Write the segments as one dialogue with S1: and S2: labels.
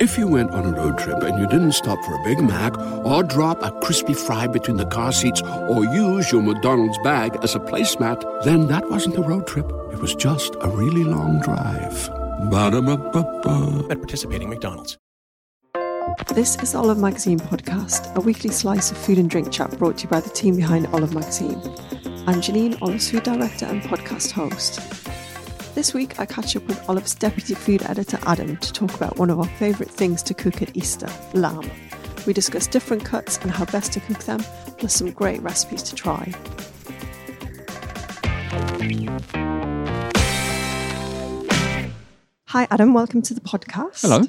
S1: If you went on a road trip and you didn't stop for a Big Mac or drop a crispy fry between the car seats or use your McDonald's bag as a placemat, then that wasn't a road trip. It was just a really long drive. Ba-da-ba-ba-ba.
S2: at participating McDonald's.
S3: This is the Olive Magazine podcast, a weekly slice of food and drink chat brought to you by the team behind Olive Magazine. I'm Janine, Olive's food director and podcast host. This week, I catch up with Olive's deputy food editor Adam to talk about one of our favourite things to cook at Easter lamb. We discuss different cuts and how best to cook them, plus some great recipes to try. Hi, Adam. Welcome to the podcast.
S4: Hello.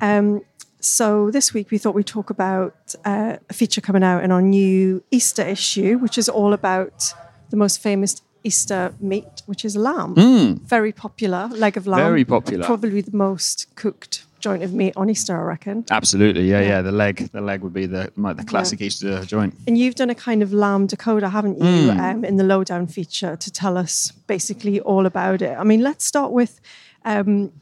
S3: Um, so this week we thought we'd talk about uh, a feature coming out in our new Easter issue, which is all about the most famous Easter meat, which is lamb. Very popular leg of lamb.
S4: Hmm. Very popular.
S3: Probably the most cooked joint of meat on Easter, I reckon.
S4: Absolutely, yeah, yeah. The leg, the leg would be the like the classic Easter joint.
S3: And you've done a kind of lamb decoder, haven't you,
S4: Hmm.
S3: um, in the lowdown feature to tell us basically all about it. I mean, let's start with um,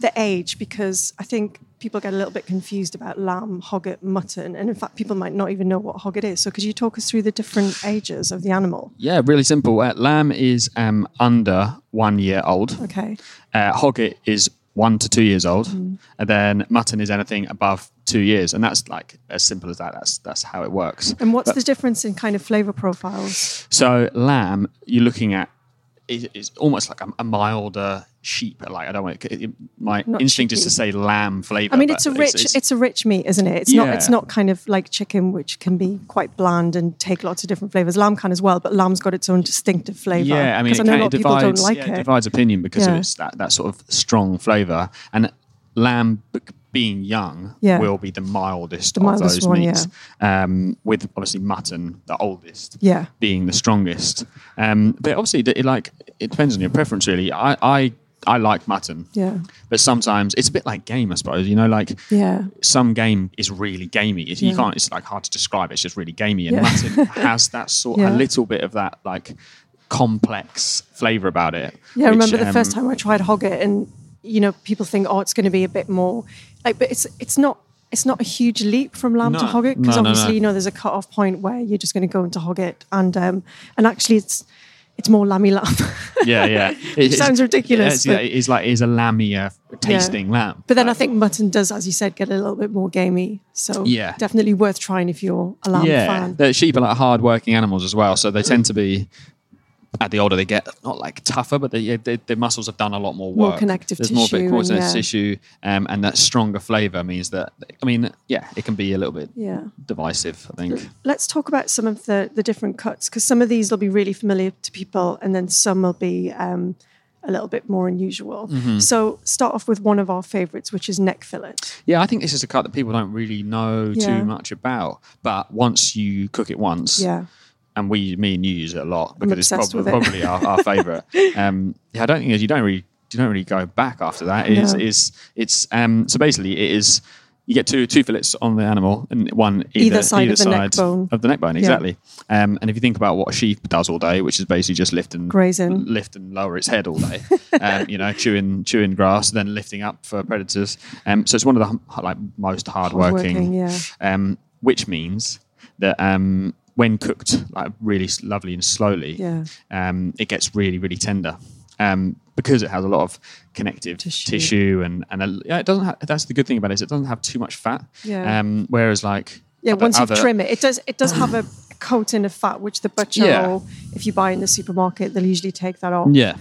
S3: the age because I think people get a little bit confused about lamb, hogget, mutton, and in fact, people might not even know what hogget is. So, could you talk us through the different ages of the animal?
S4: Yeah, really simple. Uh, lamb is um, under one year old.
S3: Okay,
S4: Uh, hogget is one to two years old, and then mutton is anything above two years, and that's like as simple as that. That's that's how it works.
S3: and what's the difference in kind of flavour profiles?
S4: So lamb, you're looking at is, is almost like a, a milder sheep. Like I don't want it, it, my
S3: Not
S4: instinct is
S3: sheepy.
S4: to say lamb flavour.
S3: I mean,
S4: but
S3: it's a rich, it's, a rich meat, isn't it? It's not, it's
S4: Yeah.
S3: not kind of like chicken, which can be quite bland and take lots of different flavors. Lamb can as well, but lamb's got its own distinctive flavor.
S4: Yeah, I mean,
S3: because
S4: it,
S3: I know
S4: can-
S3: a lot
S4: it
S3: of people don't
S4: divides,
S3: like
S4: yeah, it
S3: it.
S4: divides opinion because
S3: Yeah.
S4: of it's that, that sort of strong flavour. And lamb b- being young
S3: Yeah.
S4: will be the mildest
S3: The
S4: of
S3: mildest
S4: those
S3: one,
S4: meats. Um, with obviously mutton, the oldest,
S3: Yeah.
S4: being the strongest. Um, but obviously, it, it like it depends on your preference, really. I, I, I like mutton.
S3: Yeah.
S4: But sometimes it's a bit like game, I suppose. You know, like
S3: Yeah.
S4: some game is really gamey. It's- You
S3: Yeah.
S4: can't. It's like hard to describe. It's just really gamey, and
S3: Yeah.
S4: mutton has that sort
S3: Yeah.
S4: a little bit of that like complex flavour about it.
S3: Yeah, I
S4: which,
S3: remember the
S4: um,
S3: first time I tried hogget, and you know, people think, oh, it's going to be a bit more like, but it's it's not it's not a huge leap from lamb to
S4: No.
S3: hogget because
S4: No, no,
S3: obviously
S4: no.
S3: you know there's a cut off point where you're just going to go into hogget, and um, and actually it's it's more lammy lamb.
S4: Yeah, yeah. It,
S3: sounds ridiculous,
S4: It's, yeah,
S3: but-
S4: it is like it is a lambier tasting lamb.
S3: but then I think mutton does, as you said, get a little bit more gamey. So
S4: Yeah.
S3: definitely worth trying if you're a lamb
S4: yeah,
S3: fan.
S4: the sheep are like hard-working animals as well, so they tend to be. At the older they get, not like tougher, but they, yeah, they, their muscles have done a lot more
S3: More
S4: work.
S3: connective
S4: There's more
S3: tissue and,
S4: bit connective
S3: yeah.
S4: tissue, um, and that stronger flavour means that. I mean, yeah, it can be a little bit
S3: Yeah.
S4: divisive. I think.
S3: Let's talk about some of the, the different cuts because some of these will be really familiar to people and then some will be um, a little bit more unusual.
S4: Mm-hmm.
S3: So, start off with one of our favorites, which is neck fillet.
S4: Yeah, I think this is a cut that people don't really know
S3: Yeah.
S4: too much about. But once you cook it once,
S3: Yeah.
S4: and we, me and you use it a lot because it's
S3: obsessed
S4: probably,
S3: with it.
S4: probably our, our favorite. Um, yeah, I don't think you don't really you don't really go back after that. It is
S3: No.
S4: is it's um so basically it is you get two two fillets on the animal and one either,
S3: Either side of the neck bone.
S4: of the neck bone exactly. Um, and if you think about what a sheep does all day, which is basically just lift and
S3: Grazing.
S4: lift and lower its head all day, um, you know, chewing chewing grass, then lifting up for predators. Um, so it's one of the hum- like most hardworking,
S3: Hardworking, yeah.
S4: um, which means that um, when cooked like really s- lovely and slowly,
S3: Yeah.
S4: um, it gets really really tender. Um, because it has a lot of connective
S3: Tissue.
S4: tissue, and and a, yeah, it doesn't. Ha- that's the good thing about it is it doesn't have too much fat.
S3: Yeah.
S4: Um, whereas like
S3: Yeah,
S4: other-
S3: once you
S4: other-
S3: trim it, it does it does have a coating of fat, which the butcher
S4: Yeah.
S3: or if you buy in the supermarket, they'll usually take that off.
S4: yeah,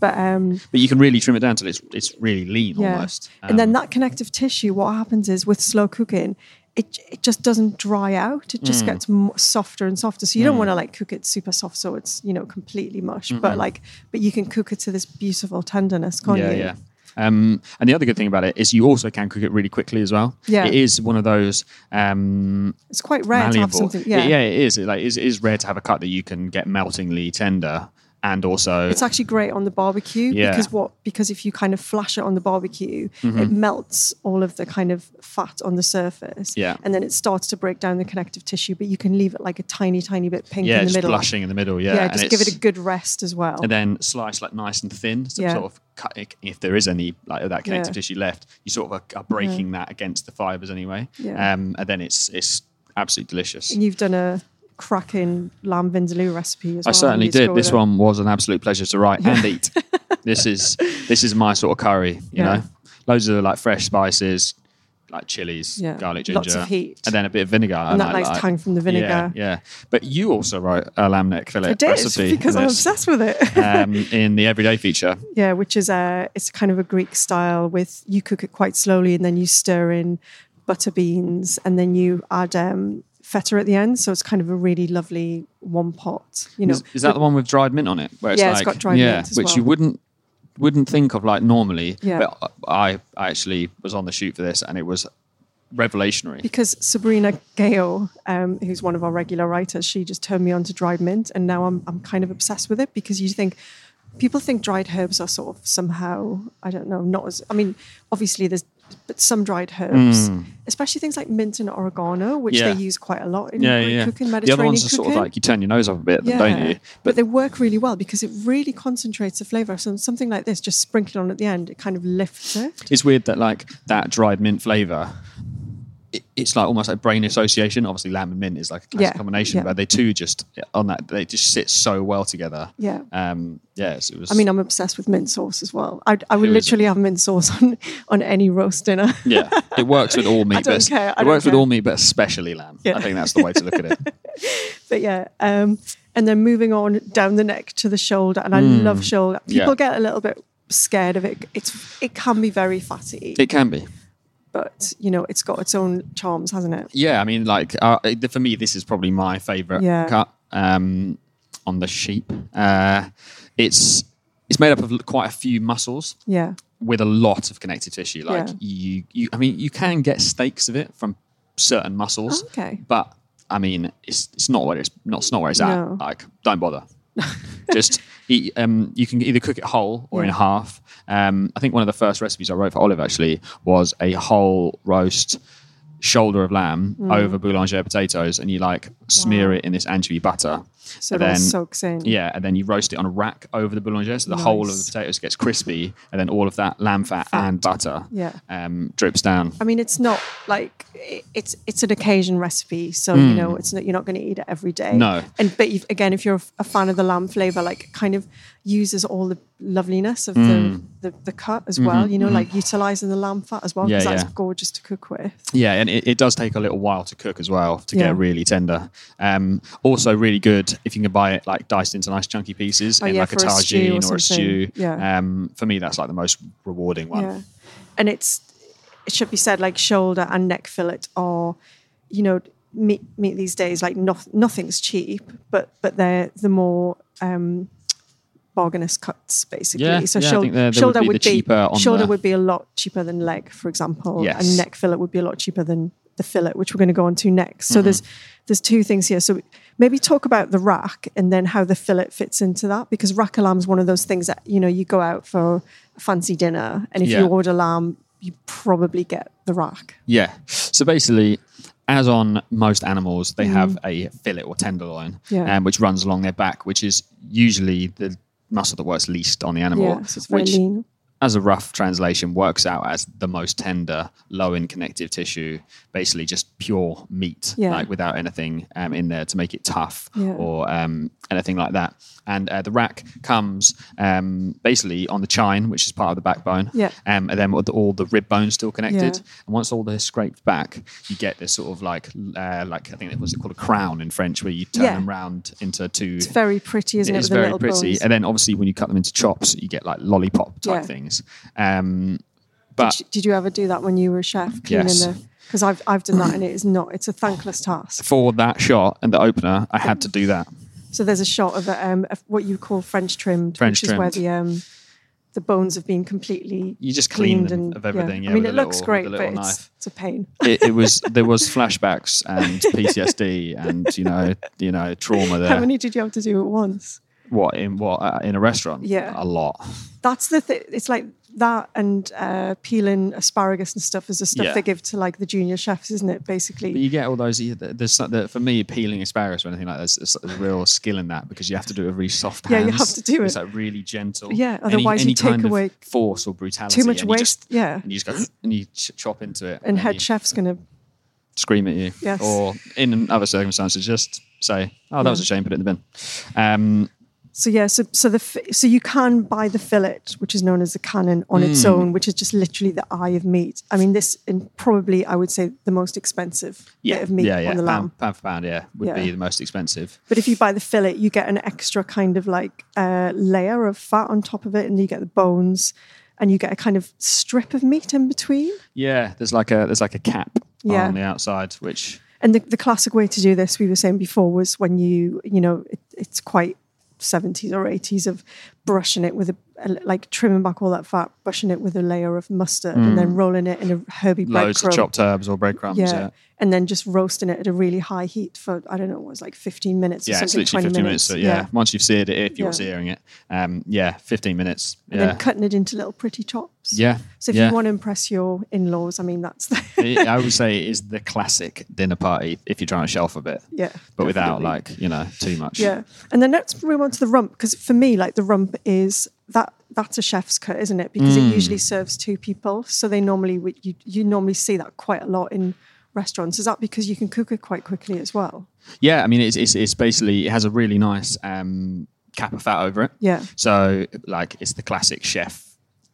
S3: But um,
S4: but you can really trim it down till it's it's really lean
S3: yeah,
S4: almost. Um,
S3: and then that connective tissue, what happens is with slow cooking, it it just doesn't dry out. It
S4: Hmm.
S3: just gets mo- softer and softer. So you don't want to like cook it super soft, so it's you know completely mush. But like, but you can cook it to this beautiful tenderness, can't
S4: yeah,
S3: you?
S4: yeah. Um, and the other good thing about it is you also can cook it really quickly as well.
S3: Yeah.
S4: it is one of those um,
S3: It's quite rare to have
S4: malleable.
S3: something. Yeah,
S4: yeah, it is. It, like, is- it is rare to have a cut that you can get meltingly tender and also
S3: It's actually great on the barbecue
S4: Yeah.
S3: because what because if you kind of flash it on the barbecue, it
S4: Mm-hmm.
S3: melts all of the kind of fat on the surface.
S4: Yeah.
S3: And then it starts to break down the connective tissue, but you can leave it like a tiny, tiny bit pink
S4: yeah,
S3: in the
S4: just
S3: middle.
S4: blushing in the middle. Yeah,
S3: Yeah,
S4: and
S3: just give it
S4: it's-
S3: a good rest as well.
S4: and then slice like nice and thin, so
S3: Yeah.
S4: sort of cut it- if there is any like of that connective
S3: Yeah.
S4: tissue left, you sort of are, are breaking that against the fibers anyway.
S3: Yeah.
S4: Um, and then it's it's absolutely delicious.
S3: And You've done a cracking lamb vindaloo recipe as well.
S4: I certainly
S3: haven't Oh, you, to
S4: did.
S3: go with
S4: This
S3: it?
S4: one was an absolute pleasure to write and eat. this is this is my sort of curry, you
S3: Yeah.
S4: know. Loads of like fresh spices, like chilies,
S3: Yeah.
S4: garlic, ginger,
S3: Lots of heat.
S4: and then a bit of vinegar. And,
S3: that
S4: I
S3: nice tang from the vinegar.
S4: Yeah, yeah. But you also wrote a lamb neck fillet
S3: I did
S4: recipe
S3: because
S4: and
S3: I'm
S4: it's,
S3: obsessed with it.
S4: um, in the everyday feature.
S3: Yeah, which is a it's kind of a Greek style with you cook it quite slowly and then you stir in butter beans and then you add um, feta at the end. So it's kind of a really lovely one pot. You know,
S4: Is, is that the one with dried mint on it? Where
S3: Yeah, it's got dried
S4: yeah,
S3: mint as
S4: which you
S3: well.
S4: wouldn't wouldn't think of like normally.
S3: Yeah.
S4: But I, I actually was on the shoot for this, and it was revelationary.
S3: because Sabrina Gale, um, who's one of our regular writers, she just turned me on to dried mint, and now I'm I'm kind of obsessed with it because you think people think dried herbs are sort of somehow I don't know not as I mean obviously there's but some dried herbs, especially things like mint and oregano, which
S4: Hmm. Yeah.
S3: they use quite a lot in
S4: yeah,
S3: Greek
S4: yeah.
S3: cooking,
S4: the other
S3: Mediterranean
S4: ones are
S3: cooking.
S4: sort of like you turn your nose up a bit, at them, don't you?
S3: But, they work really well because it really concentrates the flavour. So something like this, just sprinkled on at the end, it kind of lifts it.
S4: it's weird that like that dried mint flavor. it- It's like almost like brain association. Obviously, lamb and mint is like a classic
S3: Yeah,
S4: combination,
S3: yeah.
S4: but they two just on that they just sit so well together.
S3: Yeah.
S4: Um. Yes. It was.
S3: I mean, I'm obsessed with mint sauce as well. I, I would
S4: Who isn't?
S3: literally have mint sauce on, on any roast dinner.
S4: yeah. It works with all meat.
S3: don't
S4: but
S3: care, I
S4: It
S3: don't
S4: works
S3: care.
S4: with all meat, but especially lamb.
S3: Yeah.
S4: I think that's the way to look at it.
S3: but yeah, um, and then moving on down the neck to the shoulder, and I love shoulder.
S4: Mm. Yeah.
S3: People get a little bit scared of it. It's it can be very fatty,
S4: It can be.
S3: but you know, it's got its own charms, hasn't it?
S4: Yeah. I mean, like uh, it- for me, this is probably my favorite
S3: Yeah.
S4: cut. Um, on the sheep. Uh, it's it's made up of quite a few muscles.
S3: Yeah,
S4: with a lot of connective tissue. Like
S3: Yeah.
S4: you, you, I mean, you can get stakes of it from certain muscles.
S3: Oh, okay.
S4: But I mean, it's it's not where it's not it's not where it's
S3: No.
S4: at. Like, don't bother. Just eat, um, you can either cook it whole or in
S3: Yeah.
S4: half. Um, I think one of the first recipes I wrote for Olive actually was a whole roast shoulder of lamb
S3: Mm.
S4: over boulanger potatoes, and you like smear it in this anchovy butter.
S3: so
S4: And
S3: it all
S4: then-
S3: soaks in.
S4: yeah, and then you roast it on a rack over the boulanger, so the whole of the
S3: Mm. Nice.
S4: potatoes gets crispy, and then all of that lamb fat, and butter
S3: Yeah.
S4: um, drips down.
S3: I mean, it's not like i- it's it's an occasion recipe, so you know it's not, you're not going to eat it every day.
S4: Mm. No.
S3: and but if, again, if you're a f- a fan of the lamb flavor, like kind of uses all the loveliness of
S4: Mm.
S3: the, the the cut as well. You know, like utilizing the lamb fat as well
S4: Mm-hmm. Yeah,
S3: because that's
S4: yeah.
S3: gorgeous to cook with.
S4: Yeah, and it, it does take a little while to cook as well to
S3: Yeah.
S4: get really tender. Um, also, really good if you can buy it like diced into nice chunky pieces
S3: Oh,
S4: in
S3: yeah,
S4: like a
S3: for a stew or
S4: tagine or,
S3: something.
S4: a stew.
S3: Yeah.
S4: Um, for me, that's like the most rewarding one.
S3: Yeah, and it's it should be said like shoulder and neck fillet are, you know, meat meat these days like noth- nothing's cheap, but but they're the more um, bargainous cuts basically.
S4: Yeah,
S3: so
S4: yeah, I
S3: shoul-
S4: think they're- they would
S3: shoulder
S4: be the
S3: would be
S4: cheaper on
S3: shoulder
S4: the-
S3: would be a lot cheaper than leg, for example,
S4: Yes.
S3: and
S4: Mm-hmm.
S3: neck fillet would be a lot cheaper than the fillet, which we're going to go on to next. So there's there's two things here. So Maybe talk about the rack and then how the fillet fits into that because rack of lamb is one of those things that you know you go out for a fancy dinner and if
S4: Yeah.
S3: you order lamb, you probably get the rack.
S4: Yeah. So basically, as on most animals, they have a fillet or tenderloin,
S3: Mm. Yeah.
S4: um, which runs along their back, which is usually the muscle that works least on the animal,
S3: yeah, so it's very
S4: which,
S3: lean.
S4: as a rough translation, works out as the most tender, low in connective tissue, basically just pure meat,
S3: Yeah.
S4: like without anything um, in there to make it tough
S3: Yeah.
S4: or um, anything like that. And uh, the rack comes um, basically on the chine, which is part of the backbone,
S3: Yeah.
S4: um, and then with all the rib bones still connected.
S3: Yeah.
S4: And once all this scraped back, you get this sort of like, uh, like I think it was called a crown in French, where you turn
S3: Yeah.
S4: them round into two.
S3: It's very pretty, isn't it?
S4: It's
S3: with the
S4: very
S3: little
S4: pretty.
S3: bones?
S4: And then obviously when you cut them into chops, you get like lollipop type
S3: Yeah.
S4: things. Um, but
S3: Did you ever do that when you were a chef cleaning
S4: Yes.
S3: the? Because I've I've done that and it is not. It's a thankless task.
S4: for that shot and the opener, I had to do that.
S3: So there's a shot of a, um, of what you call French trimmed,
S4: French
S3: which is where
S4: trimmed.
S3: the um, the bones have been completely.
S4: You just clean
S3: cleaned
S4: them
S3: and,
S4: of everything, yeah,
S3: I mean,
S4: with
S3: it
S4: a
S3: looks
S4: little-
S3: great,
S4: with a
S3: but
S4: little
S3: it's,
S4: knife.
S3: it's a pain.
S4: It, it was there was flashbacks and PTSD and you know you know trauma
S3: How
S4: there.
S3: many did you have to do at once?
S4: what in what uh, in a restaurant?
S3: Yeah.
S4: a lot.
S3: That's the thing. It's like that and uh, peeling asparagus and stuff is the stuff
S4: Yeah.
S3: they give to like the junior chefs, isn't it? Basically,
S4: But you get all those. you- There's some- the, for me peeling asparagus or anything like that. There's, there's real skill in that because you have to do it with really soft
S3: Yeah,
S4: hands.
S3: you have to do
S4: It's
S3: it.
S4: like really gentle.
S3: Yeah,
S4: Any-
S3: otherwise you
S4: any
S3: take
S4: kind of
S3: away
S4: force or brutality.
S3: too much
S4: and you
S3: waste.
S4: just-
S3: yeah,
S4: And you just go and you ch- chop into it.
S3: and head
S4: you-
S3: chef's gonna.
S4: scream at you,
S3: Yes.
S4: or in other circumstances, just say, "Oh, that was a shame," put it in the bin. Um,
S3: So yeah, so so the f- so you can buy the fillet, which is known as the cannon, on its
S4: Hmm.
S3: own, which is just literally the eye of meat. I mean, this in probably I would say the most expensive bit of meat
S4: yeah, yeah. um,
S3: on the lamb.
S4: Pound, pound for pound, yeah, would
S3: Yeah.
S4: be the most expensive.
S3: But if you buy the fillet, you get an extra kind of like uh, layer of fat on top of it, and you get the bones, and you get a kind of strip of meat in between.
S4: Yeah, there's like a there's like a cap
S3: Yeah.
S4: on the outside, which
S3: And the, the classic way to do this, we were saying before, was when you you know it, it's quite seventies or eighties of brushing it with a, a like trimming back all that fat, brushing it with a layer of mustard, and then rolling it in a herby
S4: Mm. loads
S3: breadcrumb.
S4: of chopped herbs or breadcrumbs.
S3: yeah.
S4: Yeah, yeah,
S3: and then just roasting it at a really high heat for I don't know, it was like fifteen minutes. or
S4: it's
S3: something,
S4: literally
S3: 20
S4: 15 minutes. so yeah. once you've seared it, if you're
S3: Yeah.
S4: searing it, um, yeah, 15 minutes.
S3: and
S4: Yeah,
S3: then cutting it into little pretty chops.
S4: yeah.
S3: So if
S4: yeah.
S3: you want to impress your in-laws, I mean that's the
S4: It- I would say it is the classic dinner party if you're trying to shelf a bit,
S3: yeah.
S4: but without
S3: definitely.
S4: like you know too much.
S3: yeah. And then let's move on to the rump because for me, like the rump is that that's a chef's cut, isn't it? Because
S4: Mm.
S3: it usually serves two people, so they normally would you you normally see that quite a lot in restaurants. Is that because you can cook it quite quickly as well?
S4: Yeah, I mean, it's, it's, it's basically, it has a really nice um, cap of fat over it.
S3: Yeah.
S4: So, like, it's the classic chef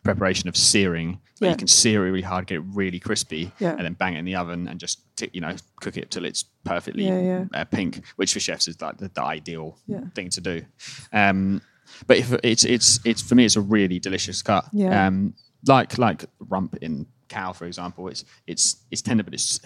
S4: preparation of searing. But
S3: Yeah.
S4: You can sear it really hard, get it really crispy,
S3: Yeah.
S4: and then bang it in the oven and just, t- you know, cook it till it's perfectly
S3: Yeah, yeah.
S4: Uh, pink, which for chefs is like the, the ideal
S3: Yeah.
S4: thing to do. Um, but if it's, it's, it's, for me, it's a really delicious cut.
S3: Yeah.
S4: Um, like, like rump in cow, for example, it's, it's, it's tender, but it's,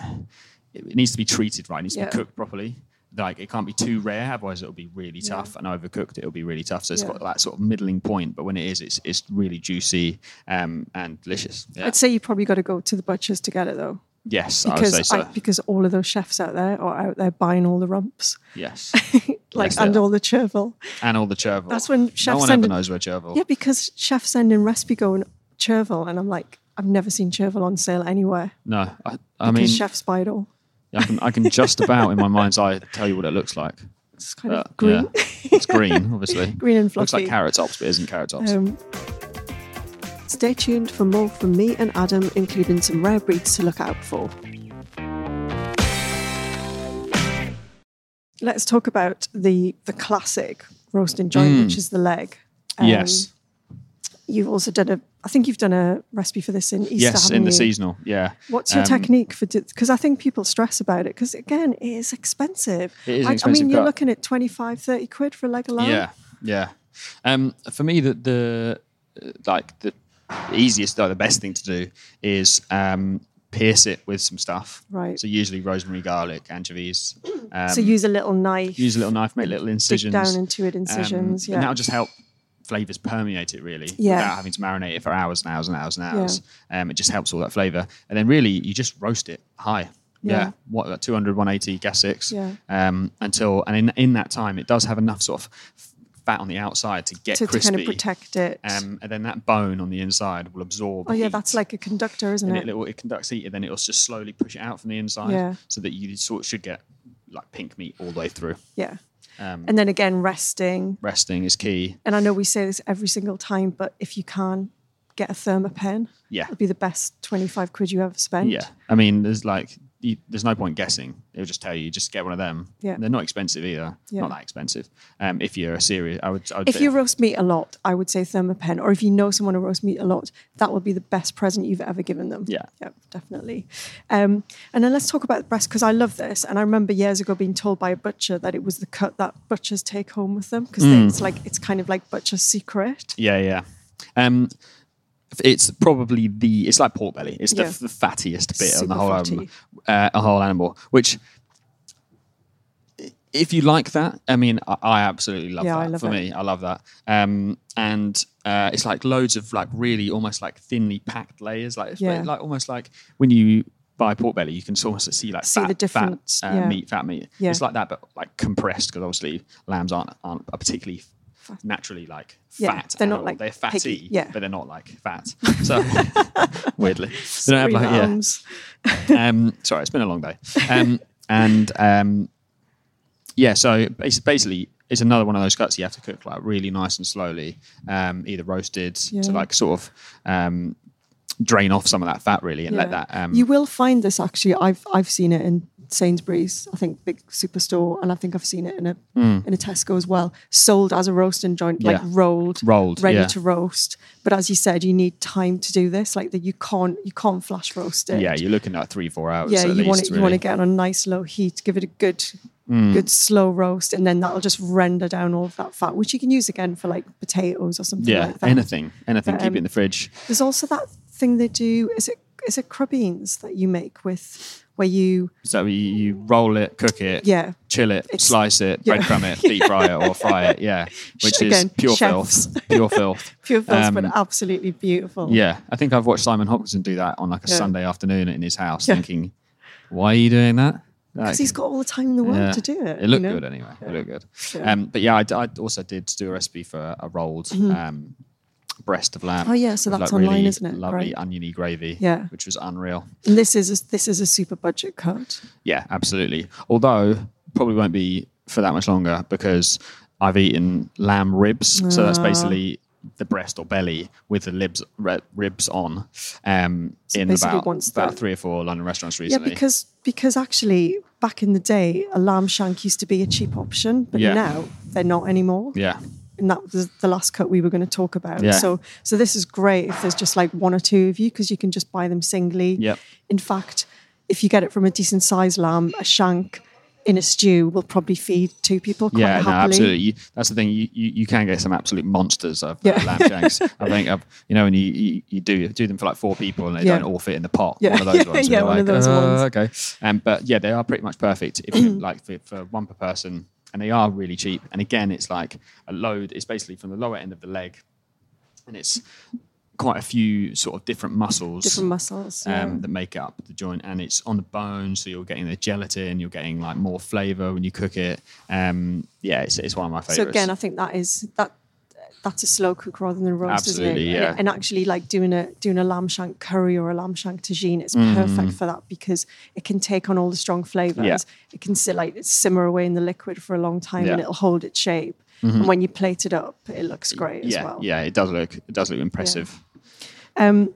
S4: it needs to be treated right. It needs to
S3: Yeah.
S4: be cooked properly. Like it can't be too rare, otherwise it'll be really tough and overcooked. It'll be really tough. So it's
S3: Yeah.
S4: got that sort of middling point. But when it is, it's it's really juicy um, and delicious. Yeah.
S3: I'd say you probably got to go to the butchers to get it though,
S4: Yes, I would
S3: because
S4: say so.
S3: I, because all of those chefs out there are out there buying all the rumps,
S4: yes,
S3: like
S4: Yes, they
S3: and
S4: are.
S3: all the chervil.
S4: and all the chervil.
S3: That's when
S4: no
S3: chefs
S4: one
S3: send
S4: ever
S3: it-
S4: knows where chervil.
S3: Yeah, because chefs send in recipe going chervil, and I'm like, I've never seen chervil on sale anywhere.
S4: No, I, I
S3: Because
S4: mean,
S3: chefs buy it all.
S4: I can I can just about in my mind's eye tell you what it looks like.
S3: It's kind
S4: Uh,
S3: of green,
S4: yeah. It's green, obviously.
S3: green and
S4: looks
S3: fluffy.
S4: like carrot tops, but isn't carrot tops.
S3: Um, Stay tuned for more from me and Adam, including some rare breeds to look out for. Let's talk about the the classic roasting joint, which is the leg. Um,
S4: Hmm. yes,
S3: You've also done a. I think you've done a recipe for this in Easter.
S4: yes,
S3: haven't
S4: in the
S3: you?
S4: seasonal. Yeah.
S3: What's your
S4: Um,
S3: technique for? Because I think people stress about it. Because again, it is expensive.
S4: It is
S3: I, I
S4: expensive
S3: mean, you're
S4: cut.
S3: looking at 25, 30 quid for a leg of lamb.
S4: Yeah, yeah. Um, for me, the the uh, like the easiest or the best thing to do is um, pierce it with some stuff.
S3: Right.
S4: So usually rosemary, garlic, anchovies. Um,
S3: so use a little knife.
S4: use a little knife, make little
S3: dig
S4: incisions.
S3: down into it
S4: um,
S3: incisions.
S4: And
S3: yeah.
S4: that'll just help flavors permeate it really
S3: Yeah.
S4: without having to marinate it for hours and hours and hours and hours. Um, it just helps all that flavor. And then really, you just roast it high. Yeah.
S3: Yeah.
S4: What, like 200, 180, gas six.
S3: Yeah.
S4: Um, until, and in, in that time, it does have enough sort of f- fat on the outside to get
S3: to, to
S4: crispy.
S3: kind of protect it.
S4: um, and then that bone on the inside will absorb.
S3: oh yeah,
S4: heat.
S3: that's like a conductor, isn't
S4: and
S3: it?
S4: it, will- it conducts heat, and then it'll just slowly push it out from the inside,
S3: Yeah.
S4: so that you sort of should get like pink meat all the way through.
S3: yeah.
S4: um,
S3: and then again, resting.
S4: Resting is key.
S3: And I know we say this every single time, but if you can get a thermopen,
S4: Yeah.
S3: it'd be the best twenty-five quid you ever spent.
S4: Yeah, I mean, there's like you, there's no point guessing. It'll just tell you. Just get one of them.
S3: Yeah.
S4: they're not expensive either.
S3: Yeah.
S4: Not that expensive. Um, if you're a serious, I would. I would
S3: If
S4: say-
S3: you roast meat a lot, I would say thermopen. Or if you know someone who roasts meat a lot, that would be the best present you've ever given them.
S4: Yeah.
S3: Yep, definitely. Um, and then let's talk about the breast because I love this. And I remember years ago being told by a butcher that it was the cut that butchers take home with them because
S4: Hmm.
S3: it's like it's kind of like butcher's secret.
S4: yeah, yeah. Um, it's probably the it's like pork belly. It's the,
S3: Yeah.
S4: the fattiest bit on
S3: Super
S4: the whole
S3: fatty.
S4: um, uh, a whole animal. Which, if you like that, I mean, I, I absolutely love
S3: Yeah,
S4: that.
S3: I love
S4: For
S3: it.
S4: me, I love that. Um, and uh, it's like loads of like really almost like thinly packed layers. Like it's
S3: Yeah.
S4: like almost like when you buy pork belly, you can almost see like
S3: See
S4: fat,
S3: the difference,
S4: fat, uh,
S3: yeah.
S4: meat, fat meat.
S3: Yeah.
S4: It's like that, but like compressed because obviously lambs aren't aren't a particularly naturally like
S3: Yeah,
S4: fat.
S3: they're not
S4: animal.
S3: like
S4: they're fatty,
S3: piggy, yeah.
S4: but they're not like fat. So weirdly, they don't have
S3: Three
S4: like yeah.
S3: lambs.
S4: Um, sorry, it's been a long day. Um, and um, yeah, so basi- basically, it's another one of those cuts you have to cook like really nice and slowly, um, either roasted
S3: Yeah.
S4: to like sort of um, drain off some of that fat really, and let
S3: Yeah.
S4: that. Um,
S3: you will find this actually. I've I've seen it in Sainsbury's, I think big superstore, and I think I've seen it in a in a Tesco as well. Sold as a roast and joint, like
S4: Hmm. Yeah.
S3: rolled,
S4: Rolled,
S3: ready
S4: yeah.
S3: to roast. But as you said, you need time to do this. Like that, you can't you can't flash roast it.
S4: yeah, you're looking at three four hours.
S3: yeah.
S4: at
S3: You
S4: least,
S3: want it. You want
S4: really. Hmm.
S3: to get on a nice low heat. Give it a good. Good slow roast, and then that'll just render down all of that fat, which you can use again for like potatoes or something
S4: yeah,
S3: like that.
S4: anything, anything. keep
S3: um,
S4: it in the fridge.
S3: There's also that thing they do. Is it is it crabbeans that you make with where you
S4: So you, you roll it, cook it,
S3: yeah
S4: chill it,
S3: It's-
S4: slice it,
S3: yeah.
S4: breadcrumb it, deep fry it, or fry it. Yeah, which is
S3: Again,
S4: pure
S3: chefs.
S4: filth. Pure filth.
S3: pure filth, but
S4: Um,
S3: absolutely beautiful.
S4: Yeah, I think I've watched Simon Hopkinson do that on like a
S3: Yeah.
S4: Sunday afternoon in his house,
S3: Yeah.
S4: thinking, "Why are you doing that?" Like,
S3: because he's got all the time in the world
S4: yeah.
S3: to do it.
S4: It looked
S3: you know?
S4: good anyway. It looked good. Um, but yeah, I, d- I also did do a recipe for a rolled um, breast of lamb.
S3: Mm-hmm. Oh, yeah, so
S4: with,
S3: that's
S4: like,
S3: online,
S4: really
S3: isn't it?
S4: Lovely
S3: Great.
S4: oniony gravy.
S3: Yeah.
S4: which was unreal.
S3: And this is a, this is a super budget cut.
S4: Yeah, absolutely. Although probably won't be for that much longer because I've eaten lamb ribs, so
S3: Ah.
S4: that's basically the breast or belly with the libs, re, ribs on, um, in
S3: basically
S4: about
S3: once the-
S4: about three or four London restaurants
S3: Yeah,
S4: recently.
S3: because because actually back in the day, a lamb shank used to be a cheap option, but
S4: Yeah.
S3: now they're not anymore.
S4: yeah,
S3: And that was the last cut we were going to talk about.
S4: Yeah.
S3: So so this is great if there's just like one or two of you because you can just buy them singly.
S4: Yep.
S3: In fact, if you get it from a decent sized lamb, a shank in a stew will probably feed two people quite
S4: yeah, no,
S3: happily.
S4: absolutely. You, that's the thing. You, you you can get some absolute monsters of
S3: Yeah.
S4: uh, lamb shanks. I think I've, you know, and you, you you do you do them for like four people, and they
S3: Yeah.
S4: don't all fit in the pot.
S3: Yeah.
S4: One of those
S3: Yeah,
S4: ones. and
S3: yeah,
S4: you're
S3: one of
S4: like,
S3: those ones.
S4: "Uh, Okay. Um, but yeah, they are pretty much perfect if you like for, for one per person, and they are really cheap. And again, it's like a load. It's basically from the lower end of the leg, and it's quite a few sort of different muscles
S3: Different muscles. yeah.
S4: um, that make up the joint, and it's on the bone, so you're getting the gelatin, you're getting like more flavour when you cook it. Um, yeah, it's, it's one of my favourites.
S3: So again, I think that is that that's a slow cook rather than a roast,
S4: Absolutely,
S3: isn't it?
S4: yeah.
S3: And, and actually, like doing a doing a lamb shank curry or a lamb shank tagine, it's
S4: Mm-hmm.
S3: perfect for that because it can take on all the strong flavors.
S4: Yeah.
S3: It can sit like simmer away in the liquid for a long time, and
S4: Yeah. Mm-hmm.
S3: it'll hold its shape. And when you plate it up, it looks great
S4: yeah,
S3: as well.
S4: yeah, it does look it does look impressive.
S3: And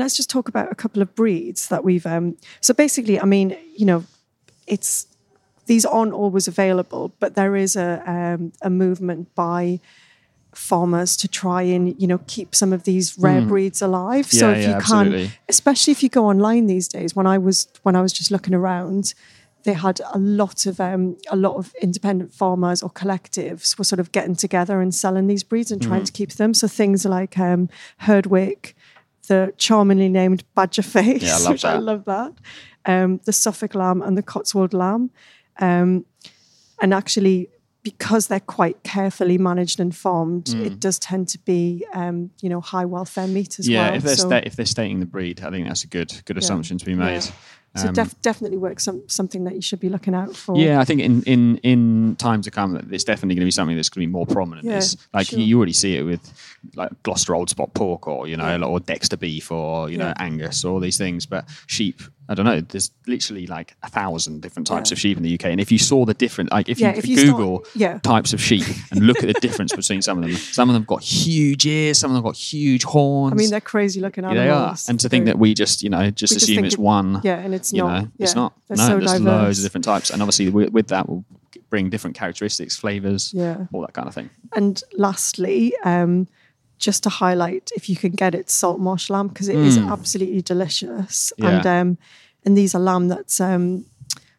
S3: let's just talk about a couple of breeds that we've. Um, so basically, I mean, you know, it's these aren't always available, but there is a um, a movement by farmers to try and you know keep some of these rare breeds alive. so
S4: Hmm. Yeah,
S3: if
S4: yeah,
S3: you can,
S4: absolutely.
S3: especially if you go online these days, when I was when I was just looking around. They had a lot of um, a lot of independent farmers or collectives were sort of getting together and selling these breeds and
S4: Mm-hmm.
S3: trying to keep them. So things like um, Herdwick, the charmingly named Badger Face,
S4: Yeah, I love
S3: which I
S4: that.
S3: love that. Um, the Suffolk lamb and the Cotswold lamb, um, and actually because they're quite carefully managed and farmed,
S4: Mm.
S3: it does tend to be um, you know high welfare meat as
S4: yeah,
S3: well.
S4: if they're
S3: So-
S4: sta- if they're stating the breed, I think that's a good good assumption to be made.
S3: So
S4: Um,
S3: def- definitely work some something that you should be looking out for.
S4: Yeah, I think in in in time to come, that it's definitely going to be something that's going to be more prominent.
S3: Yeah,
S4: It's like
S3: sure.
S4: you already see it with like Gloucester Old Spot pork, or you know, or Dexter beef, or you know,
S3: Yeah.
S4: Angus, or all these things. But sheep, I don't know. There's literally like a thousand different types of sheep in the UK, and if you saw the different, like if
S3: Yeah,
S4: you,
S3: if you start-
S4: Google
S3: yeah.
S4: types of sheep and look at the difference between some of them, some of them got huge ears, some of them got huge horns.
S3: I mean they're crazy looking
S4: Yeah,
S3: animals.
S4: they are, and to think
S3: They're-
S4: that we just, you know, just
S3: we just
S4: assume
S3: think
S4: it's
S3: it-
S4: one
S3: yeah, and it's
S4: you
S3: not.
S4: know, it's
S3: yeah,
S4: not.
S3: They're
S4: no,
S3: so
S4: there's
S3: diverse.
S4: loads of different types, and obviously with, with that will bring different characteristics, flavors,
S3: Yeah.
S4: all that kind of thing.
S3: And lastly, um, just to highlight, if you can get it, salt marsh lamb because it is absolutely delicious.
S4: Hmm. Yeah.
S3: And um, and these are lamb that's um,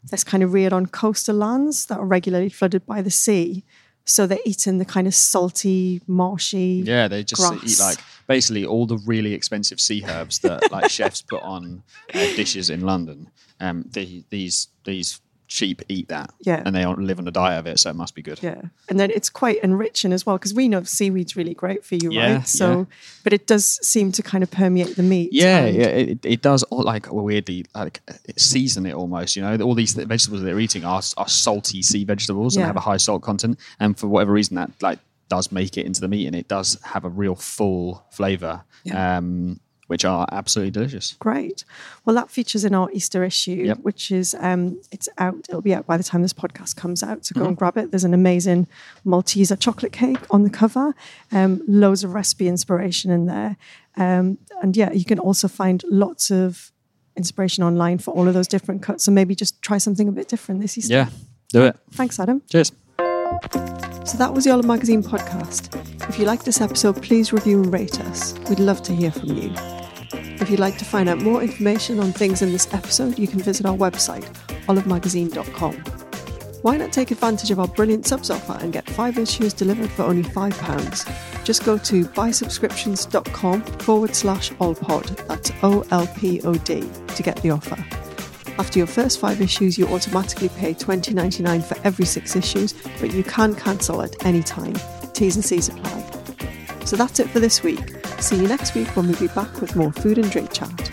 S3: that's kind of reared on coastal lands that are regularly flooded by the sea, so they're eating the kind of salty, marshy.
S4: Yeah, they just eat
S3: Grass.
S4: like basically all the really expensive sea herbs that like chefs put on uh, dishes in London. Um, the, these these sheep eat that,
S3: Yeah.
S4: and they all live on a diet of it, so it must be good.
S3: Yeah, and then it's quite enriching as well because we know seaweed's really great for you,
S4: Yeah,
S3: right? So,
S4: yeah.
S3: but it does seem to kind of permeate the meat.
S4: Yeah,
S3: and-
S4: yeah, it, it does. All, like weirdly, like it season it almost. You know, all these th- vegetables that they're eating are, are salty sea vegetables and
S3: Yeah.
S4: have a high salt content, and for whatever reason, that like does make it into the meat, and it does have a real full flavor, um, which are absolutely delicious.
S3: Great. Well, that features in our Easter issue,
S4: Yep.
S3: which is um, it's out. It'll be out by the time this podcast comes out. So
S4: Mm-hmm.
S3: go and grab it. There's an amazing Malteser chocolate cake on the cover. Um, loads of recipe inspiration in there, um, and yeah, you can also find lots of inspiration online for all of those different cuts. So maybe just try something a bit different this Easter.
S4: Yeah, do it.
S3: Thanks, Adam.
S4: Cheers.
S3: So that was the Olive Magazine podcast. If you liked this episode, please review and rate us. We'd love to hear from you. If you'd like to find out more information on things in this episode, you can visit our website, olivemagazine.com. Why not take advantage of our brilliant subs offer and get five issues delivered for only £5? Just go to buysubscriptions.com forward slash olpod, that's O L P O D, to get the offer. After your first five issues, you automatically pay $20.99 for every six issues, but you can cancel at any time. T's and C's apply. So that's it for this week. See you next week when we'll be back with more food and drink chat.